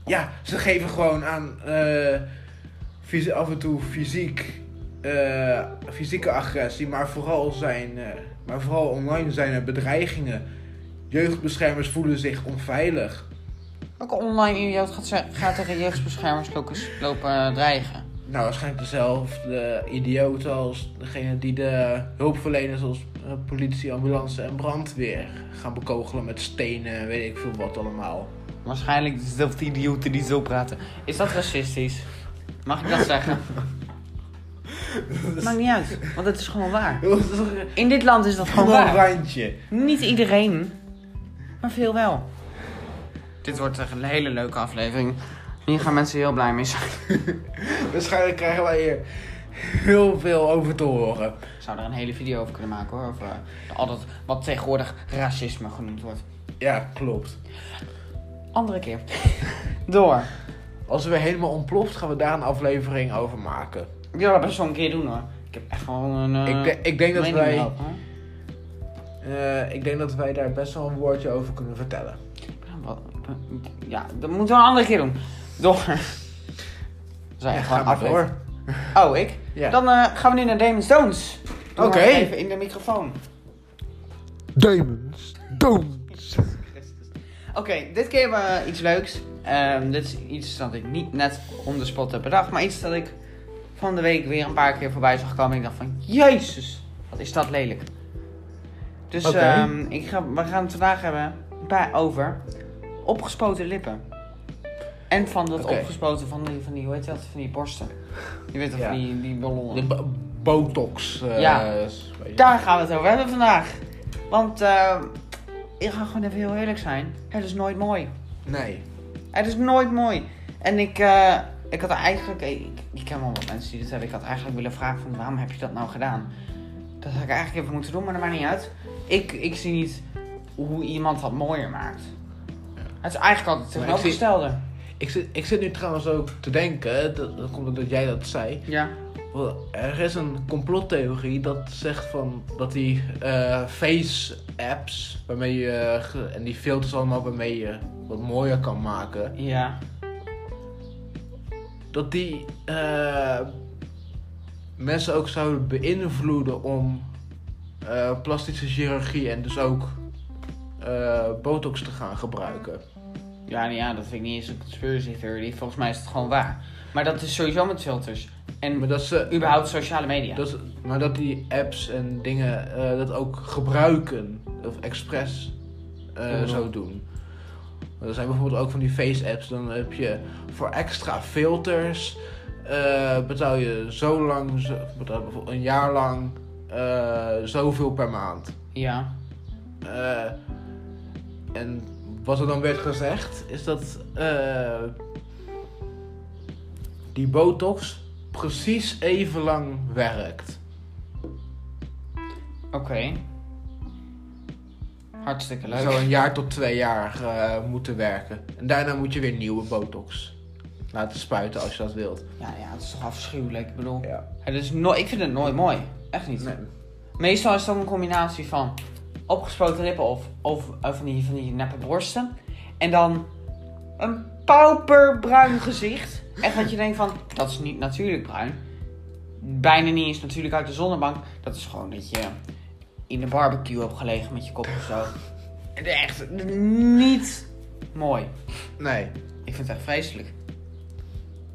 Speaker 1: Ja, ze geven gewoon aan eh, fysi- af en toe fysiek, eh, fysieke agressie, maar vooral, zijn, eh, maar vooral online zijn er bedreigingen. Jeugdbeschermers voelen zich onveilig.
Speaker 2: Ook een online idioot gaat, ze- gaat tegen jeugdbeschermers lopen, lopen eh, dreigen.
Speaker 1: Nou, waarschijnlijk dezelfde idioten als degene die de hulpverleners als eh, politie, ambulance en brandweer gaan bekogelen met stenen en weet ik veel wat allemaal.
Speaker 2: Waarschijnlijk dezelfde idioten die zo praten. Is dat racistisch? Mag ik dat zeggen? Maakt niet uit, want het is gewoon waar.
Speaker 1: Dat is toch een-
Speaker 2: In dit land is dat gewoon
Speaker 1: gewoon een
Speaker 2: waar.
Speaker 1: randje.
Speaker 2: Niet iedereen, maar veel wel. Dit wordt echt een hele leuke aflevering. Hier gaan mensen heel blij mee zijn.
Speaker 1: Waarschijnlijk krijgen wij hier heel veel over te horen.
Speaker 2: Ik zou er een hele video over kunnen maken hoor. Over eh, al dat wat tegenwoordig racisme genoemd wordt.
Speaker 1: Ja, klopt.
Speaker 2: Andere keer. Door.
Speaker 1: Als we helemaal ontploft, gaan we daar een aflevering over maken.
Speaker 2: Ik wil dat best wel een keer doen hoor. Ik heb echt gewoon een. eh,
Speaker 1: ik, de- ik, denk dat
Speaker 2: mening
Speaker 1: wij,
Speaker 2: erover, hoor.
Speaker 1: eh, ik denk dat wij daar best wel een woordje over kunnen vertellen.
Speaker 2: Ja, wat- Ja, dat moeten we een andere keer doen. Door. Zijn
Speaker 1: Ja,
Speaker 2: gewoon
Speaker 1: ga maar
Speaker 2: af Oh, ik?
Speaker 1: Ja.
Speaker 2: Dan eh, gaan we nu naar Damon's Stones. Oké.
Speaker 1: Oké.
Speaker 2: Even in de microfoon.
Speaker 1: Demons, dons.
Speaker 2: Oké, dit keer hebben we iets leuks. Ehm, dit is iets dat ik niet net on the spot heb bedacht, maar iets dat ik van de week weer een paar keer voorbij zag komen. En ik dacht van, jezus, wat is dat lelijk. Dus
Speaker 1: Oké.
Speaker 2: ehm, ik ga, we gaan het vandaag hebben bij, over opgespoten lippen. En van dat
Speaker 1: Oké.
Speaker 2: opgespoten van die, van die, hoe heet dat, van die borsten. Je weet toch,
Speaker 1: Ja.
Speaker 2: van die, die ballonnen.
Speaker 1: De bo- botox. eh,
Speaker 2: Ja.
Speaker 1: weet je.
Speaker 2: Daar gaan we het over hebben vandaag. Want eh, ik ga gewoon even heel eerlijk zijn. Het is nooit mooi.
Speaker 1: Nee.
Speaker 2: Het is nooit mooi. En ik, eh, ik had eigenlijk... Ik, ik ken wel wat mensen die dit hebben. Ik had eigenlijk willen vragen van waarom heb je dat nou gedaan? Dat had ik eigenlijk even moeten doen, maar dat maakt niet uit. Ik, ik zie niet hoe iemand dat mooier maakt. Het is eigenlijk altijd het
Speaker 1: Maar ik zie-
Speaker 2: tegenovergestelde.
Speaker 1: Ik zit, ik zit nu trouwens ook te denken, dat, dat komt omdat jij dat zei.
Speaker 2: Ja.
Speaker 1: want Er is een complottheorie dat zegt van dat die eh, face-apps waarmee je, eh, ge- en die filters allemaal waarmee je wat mooier kan maken,
Speaker 2: Ja.
Speaker 1: dat die eh, mensen ook zouden beïnvloeden om eh, plastische chirurgie en dus ook eh, botox te gaan gebruiken.
Speaker 2: Ja, nou ja, dat vind ik niet eens een conspiracy theory. Volgens mij is het gewoon waar. Maar dat is sowieso met filters. En
Speaker 1: Maar dat ze,
Speaker 2: überhaupt sociale media.
Speaker 1: dat ze- maar dat die apps en dingen eh, dat ook gebruiken of expres eh,
Speaker 2: Ja.
Speaker 1: zo doen. Want er zijn bijvoorbeeld ook van die face apps, dan heb je voor extra filters eh, betaal je zo lang, zo, betaal bijvoorbeeld een jaar lang eh, zoveel per maand.
Speaker 2: Ja.
Speaker 1: Eh, en wat er dan werd gezegd, is dat eh, die botox precies even lang werkt.
Speaker 2: Oké. Hartstikke leuk.
Speaker 1: Zou een jaar tot twee jaar eh, moeten werken. En daarna moet je weer nieuwe botox laten spuiten als je dat wilt.
Speaker 2: Ja, ja, het is toch afschuwelijk. Ik bedoel,
Speaker 1: Ja.
Speaker 2: het is no ik vind het nooit mooi. Echt niet.
Speaker 1: Nee.
Speaker 2: Meestal is het ook een combinatie van opgespoten lippen of, of eh, van, die, van die neppe borsten. En dan een pauperbruin gezicht. Echt dat je denkt van, dat is niet natuurlijk bruin. Bijna niet eens natuurlijk uit de zonnebank. Dat is gewoon dat je in de barbecue hebt gelegen met je kop of zo. Echt niet mooi.
Speaker 1: nee.
Speaker 2: Ik vind het echt vreselijk.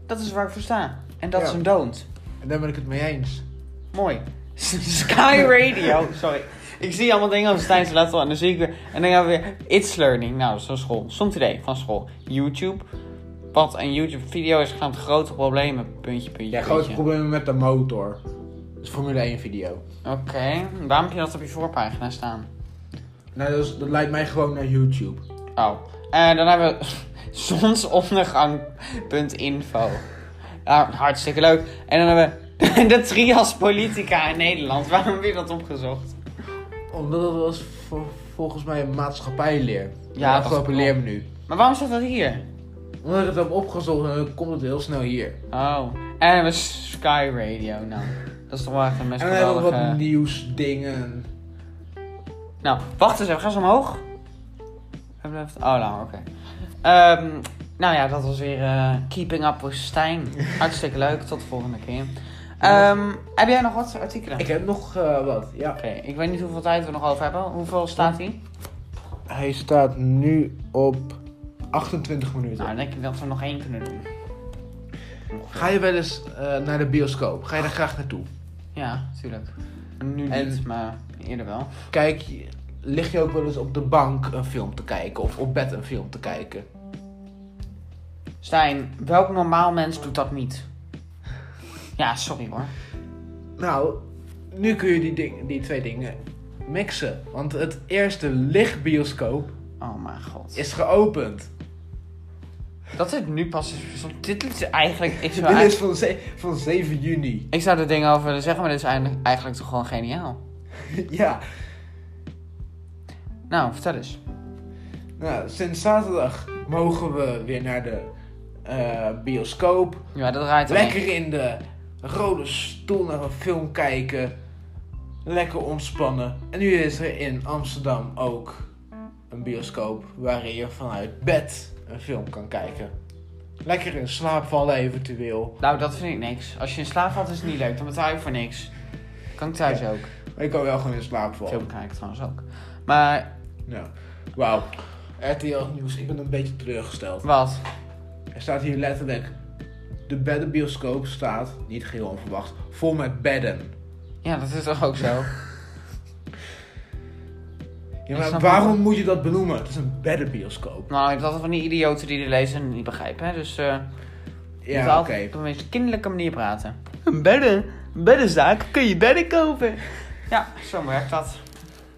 Speaker 2: Dat is waar ik voor sta. En dat
Speaker 1: Ja.
Speaker 2: is een don't.
Speaker 1: En daar ben ik het mee eens.
Speaker 2: Mooi. Sky Radio. Sorry. Ik zie allemaal dingen als Stijnse Lettel en dan zie ik weer... En dan gaan we weer... It's Learning. Nou, zo'n school. Some Today van school. YouTube. Wat een YouTube-video is gaan grote problemen. Puntje, puntje,
Speaker 1: Ja,
Speaker 2: puntje.
Speaker 1: grote problemen met de motor. Dat is Formule 1 video.
Speaker 2: Oké. Waarom heb je dat op je voorpagina staan?
Speaker 1: Nou, dat, is- dat leidt mij gewoon naar YouTube.
Speaker 2: Oh. En dan hebben we zonsondergang.info. Nou, hartstikke leuk. En dan hebben we de trias politica in Nederland. Waarom heb je dat opgezocht?
Speaker 1: Omdat dat was vo- volgens mij een maatschappijleer.
Speaker 2: Ja,
Speaker 1: Ja, afgelopen
Speaker 2: dat-
Speaker 1: leermenu.
Speaker 2: Maar waarom staat dat hier?
Speaker 1: Omdat ik het heb opgezocht en dan komt het heel snel hier.
Speaker 2: Oh. En dan hebben we Sky Radio. Nou, dat is toch wel echt een best
Speaker 1: en dan hebben we
Speaker 2: geweldige...
Speaker 1: wat nieuwsdingen.
Speaker 2: Nou, wacht eens even. Ga eens omhoog. Hij blijft- Oh, nou, oké. Ehm, nou ja, dat was weer eh, Keeping Up with Stijn. Hartstikke leuk. Tot de volgende keer. Ehm, heb jij nog wat artikelen?
Speaker 1: Ik heb nog eh, wat, ja.
Speaker 2: Oké, ik weet niet hoeveel tijd we nog over hebben. Hoeveel staat hij?
Speaker 1: Hij staat nu op 28 minuten.
Speaker 2: Nou, dan denk ik dat we nog één kunnen doen.
Speaker 1: Ga je wel eens eh, naar de bioscoop? Ga je daar graag naartoe?
Speaker 2: Ja, tuurlijk. Nu
Speaker 1: En-
Speaker 2: niet, maar eerder wel.
Speaker 1: Kijk, je- lig je ook wel eens op de bank een film te kijken? Of op bed een film te kijken?
Speaker 2: Stijn, welk normaal mens doet dat niet? Ja, sorry hoor.
Speaker 1: Nou, nu kun je die, ding, die twee dingen mixen. Want het eerste lichtbioscoop
Speaker 2: Oh mijn god.
Speaker 1: is geopend.
Speaker 2: Dat het nu pas is verzonnen. Dit is eigenlijk... Ik zou,
Speaker 1: Dit is van,
Speaker 2: eigenlijk-
Speaker 1: ze- van 7 juni.
Speaker 2: ik zou er dingen over willen zeggen, maar dit is eigenlijk, eigenlijk toch gewoon geniaal.
Speaker 1: ja.
Speaker 2: Nou, vertel eens.
Speaker 1: Nou, sinds zaterdag mogen we weer naar de eh, bioscoop.
Speaker 2: Ja, dat draait alleen.
Speaker 1: Lekker in de rode stoel naar een film kijken. Lekker ontspannen. En nu is er in Amsterdam ook een bioscoop waarin je vanuit bed een film kan kijken. Lekker in slaap vallen eventueel.
Speaker 2: Nou, dat vind ik niks. Als je in slaap valt is het niet leuk. Dan betaal je voor niks. Kan ik thuis ook.
Speaker 1: Maar je kan wel gewoon in slaap vallen.
Speaker 2: Film kijk ik trouwens ook. Maar,
Speaker 1: Nou, wauw. RTL Nieuws, ik ben een beetje teleurgesteld.
Speaker 2: wat?
Speaker 1: Er staat hier letterlijk... De beddenbioscoop staat, niet geheel onverwacht, vol met bedden.
Speaker 2: Ja, dat is toch ook zo?
Speaker 1: Ja,
Speaker 2: Ik
Speaker 1: maar
Speaker 2: snap
Speaker 1: waarom
Speaker 2: het.
Speaker 1: moet je dat benoemen? Het is een beddenbioscoop.
Speaker 2: Nou, je hebt altijd van die idioten die de lezen en niet begrijpen, hè. Dus eh je moet
Speaker 1: Ja, oké.
Speaker 2: altijd op een meest kinderlijke manier praten. Een bedden? Een beddenzaak? Kun je bedden kopen? Ja, zo werkt dat.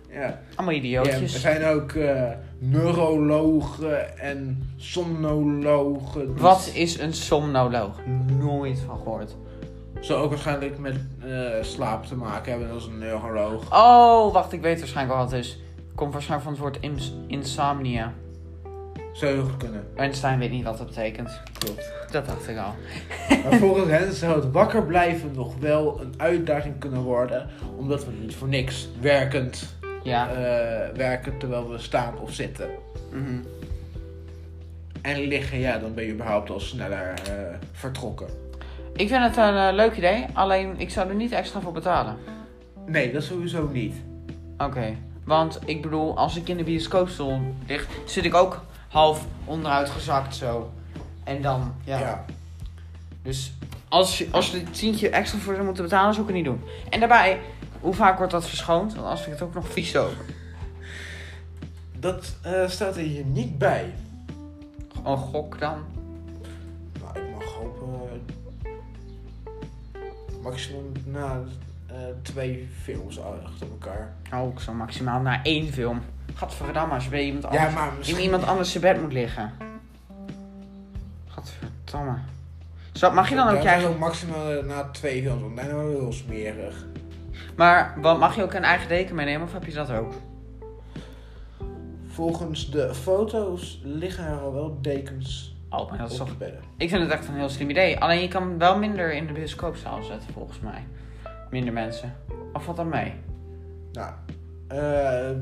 Speaker 1: Ja.
Speaker 2: Allemaal
Speaker 1: Ja, er
Speaker 2: idiootjes.
Speaker 1: zijn ook eh, neurologen en somnologen. die
Speaker 2: Wat is een somnoloog? Nooit van gehoord.
Speaker 1: Zou ook waarschijnlijk met eh, slaap te maken hebben als een neuroloog.
Speaker 2: Oh, wacht, ik weet waarschijnlijk al wat het is. Komt waarschijnlijk van het woord ims- insomnia.
Speaker 1: Zou heel goed kunnen.
Speaker 2: Einstein weet niet wat dat betekent.
Speaker 1: Klopt.
Speaker 2: Dat dacht ik al.
Speaker 1: Maar volgens hen zou het wakker blijven nog wel een uitdaging kunnen worden. Omdat we niet voor niks werkend
Speaker 2: Ja.
Speaker 1: eh, werken terwijl we staan of zitten.
Speaker 2: mhm.
Speaker 1: En liggen, ja, dan ben je überhaupt al sneller eh, vertrokken.
Speaker 2: Ik vind het een eh, leuk idee, alleen ik zou er niet extra voor betalen.
Speaker 1: Nee, dat sowieso niet.
Speaker 2: Oké, want ik bedoel, als ik in de bioscoopstoel lig, zit ik ook half onderuit gezakt zo. En dan, ja. Dus als je, als je het tientje extra voor zou moeten betalen, zou ik het niet doen. En daarbij, hoe vaak wordt dat verschoond? Want als ik het ook nog vies over.
Speaker 1: Dat eh, staat er hier niet bij.
Speaker 2: Een gok dan?
Speaker 1: Nou, ik mag hopen. eh, maximum na eh, twee films achter elkaar.
Speaker 2: Nou, ik zou maximaal naar één film. Gadverdamme, als je bij iemand anders,
Speaker 1: maar
Speaker 2: in iemand anders zijn bed moet liggen. Gadverdamme. Zo, mag je dan ook je eigen...
Speaker 1: ook maximaal eh, na twee films, want dan wel heel smerig.
Speaker 2: Maar wat, mag je ook een eigen deken meenemen of heb je dat ook?
Speaker 1: Volgens de foto's liggen er al wel dekens
Speaker 2: Oh, maar dat
Speaker 1: op
Speaker 2: is toch...
Speaker 1: de bedden.
Speaker 2: Ik vind het echt een heel slim idee. Alleen je kan wel minder in de bioscoopzaal zetten, volgens mij. Minder mensen. Of valt dat mee?
Speaker 1: Nou, eh,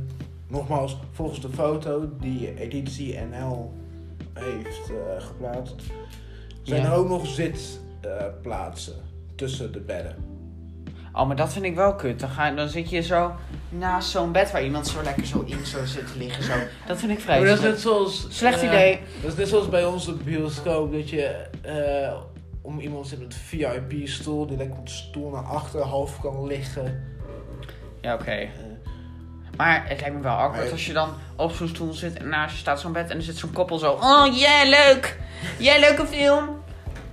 Speaker 1: nogmaals, volgens de foto die Editie NL heeft eh, geplaatst, zijn
Speaker 2: Ja.
Speaker 1: er ook nog zitplaatsen tussen de bedden.
Speaker 2: Oh, maar dat vind ik wel kut. Dan, ga, dan zit je zo naast zo'n bed waar iemand zo lekker zo in zou zitten liggen. Zo. Dat vind ik
Speaker 1: Oh,
Speaker 2: vreselijk.
Speaker 1: zoals. eh,
Speaker 2: Slecht idee.
Speaker 1: Dat is net zoals bij onze bioscoop, dat je eh, om iemand zit met een VIP-stoel, die lekker op de stoel naar achter half kan liggen.
Speaker 2: Ja, oké.
Speaker 1: Eh,
Speaker 2: Maar het lijkt me wel awkward
Speaker 1: Nee.
Speaker 2: als je dan op zo'n stoel zit en naast je staat zo'n bed en er zit zo'n koppel zo. Oh, yeah, leuk! Jij leuke film!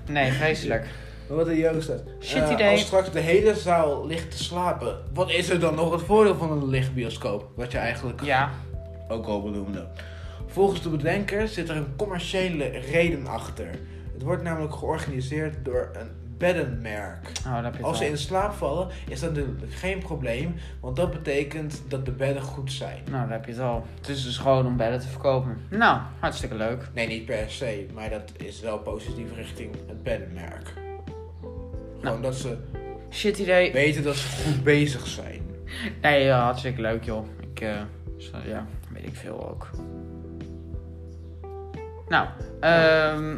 Speaker 2: Nee, vreselijk.
Speaker 1: maar wat een Joost dat.
Speaker 2: Shit
Speaker 1: Eh,
Speaker 2: idee.
Speaker 1: Als straks de hele zaal ligt te slapen, wat is er dan nog het voordeel van een lichtbioscoop? Wat je eigenlijk
Speaker 2: Ja.
Speaker 1: ook al benoemde. Volgens de bedenker zit er een commerciële reden achter. Het wordt namelijk georganiseerd door een beddenmerk.
Speaker 2: Oh, dat heb je
Speaker 1: Als
Speaker 2: wel.
Speaker 1: ze in slaap vallen, is dat natuurlijk geen probleem, want dat betekent dat de bedden goed zijn.
Speaker 2: Nou, daar heb je het al. Het is dus gewoon om bedden te verkopen. Nou, hartstikke leuk.
Speaker 1: Nee, niet per se, maar dat is wel positief richting het beddenmerk. Gewoon dat ze
Speaker 2: Shit idee.
Speaker 1: weten dat ze goed bezig zijn.
Speaker 2: Nee, ja, hartstikke leuk joh. Ik, eh, zo- ja, weet ik veel ook. Nou, ehm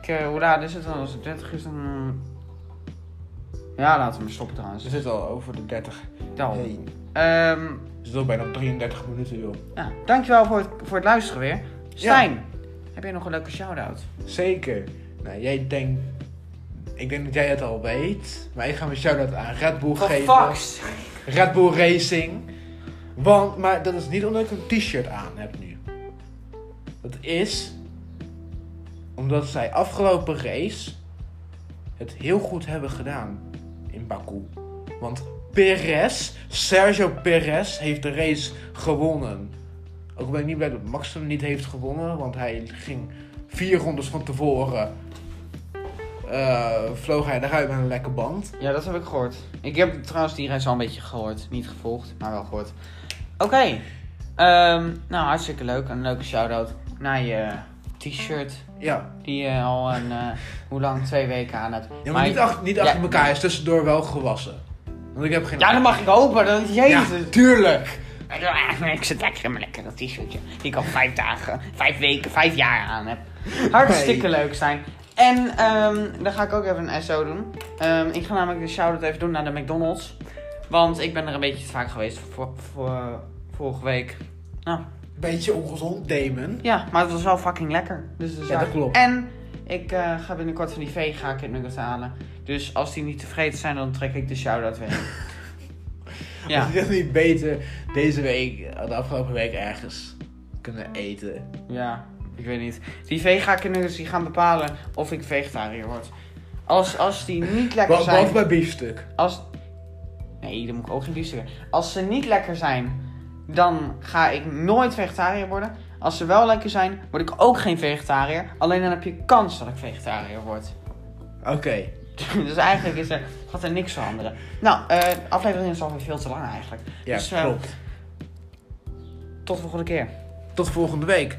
Speaker 2: ik, eh, hoe laat is het dan? Als het 30 is, dan... eh, Ja, laten we maar stoppen trouwens.
Speaker 1: Ze zitten al over de 30
Speaker 2: Dan.
Speaker 1: heen.
Speaker 2: Ehm,
Speaker 1: Ze zitten al bijna 33 minuten, joh.
Speaker 2: ja, dankjewel voor het, voor het luisteren weer. Stijn, heb jij nog een leuke shout-out?
Speaker 1: Zeker. Nou, jij denkt. Ik denk dat jij het al weet. Maar ik ga mijn shout-out aan Red Bull geven.
Speaker 2: Gefaxt!
Speaker 1: Red Bull Racing. Want, maar dat is niet omdat ik een t-shirt aan heb nu. Dat is omdat zij afgelopen race het heel goed hebben gedaan in Baku. Want Perez, Sergio Perez, heeft de race gewonnen. Ook al ben ik niet blij dat Max hem niet heeft gewonnen, want hij ging vier rondes van tevoren. eh, vloog hij eruit met een lekke band.
Speaker 2: Ja, dat heb ik gehoord. Ik heb trouwens die reis al een beetje gehoord. Niet gevolgd, maar wel gehoord. Oké. Ehm, nou, hartstikke leuk. Een leuke shout-out naar je t-shirt.
Speaker 1: Ja,
Speaker 2: Die je al een, eh, hoe lang? Twee weken aan hebt.
Speaker 1: Ja, maar, niet, ach- niet
Speaker 2: Ja.
Speaker 1: achter elkaar. Hij is tussendoor wel gewassen. Want ik heb geen...
Speaker 2: Ja, dat mag ik hopen. Dat,
Speaker 1: Ja,
Speaker 2: jezus.
Speaker 1: tuurlijk.
Speaker 2: Ik zit lekker in mijn lekkere t-shirtje. Die ik al vijf dagen, vijf weken, vijf jaar aan heb. Hartstikke leuk zijn. En ehm dan ga ik ook even een SO doen. Ehm, ik ga namelijk de shout-out even doen naar de McDonald's. Want ik ben er een beetje te vaak geweest voor, voor, vorige week. Nou,
Speaker 1: Beetje ongezond, Damon.
Speaker 2: ja, maar het was wel fucking lekker. Dus
Speaker 1: Ja, dat klopt.
Speaker 2: En ik eh, ga binnenkort van die vee ga ik het nugget halen. Dus als die niet tevreden zijn, dan trek ik de shout-out weer. ja.
Speaker 1: Is het niet beter deze week, eh, de afgelopen week ergens kunnen eten?
Speaker 2: Ja, ik weet niet. Die vega-kinderen dus die gaan bepalen of ik vegetariër word. Als, als die niet lekker
Speaker 1: Wat
Speaker 2: zijn.
Speaker 1: wat bij biefstuk.
Speaker 2: Als... Nee, dan moet ik ook geen biefstuk. hebben. Als ze niet lekker zijn, dan ga ik nooit vegetariër worden. Als ze wel lekker zijn, word ik ook geen vegetariër. Alleen dan heb je kans dat ik vegetariër word.
Speaker 1: Oké.
Speaker 2: dus eigenlijk is er, gaat er niks veranderen. Nou, eh, de aflevering is alweer veel te lang eigenlijk.
Speaker 1: Ja,
Speaker 2: Dus, eh,
Speaker 1: klopt.
Speaker 2: Tot de volgende keer.
Speaker 1: Tot volgende week.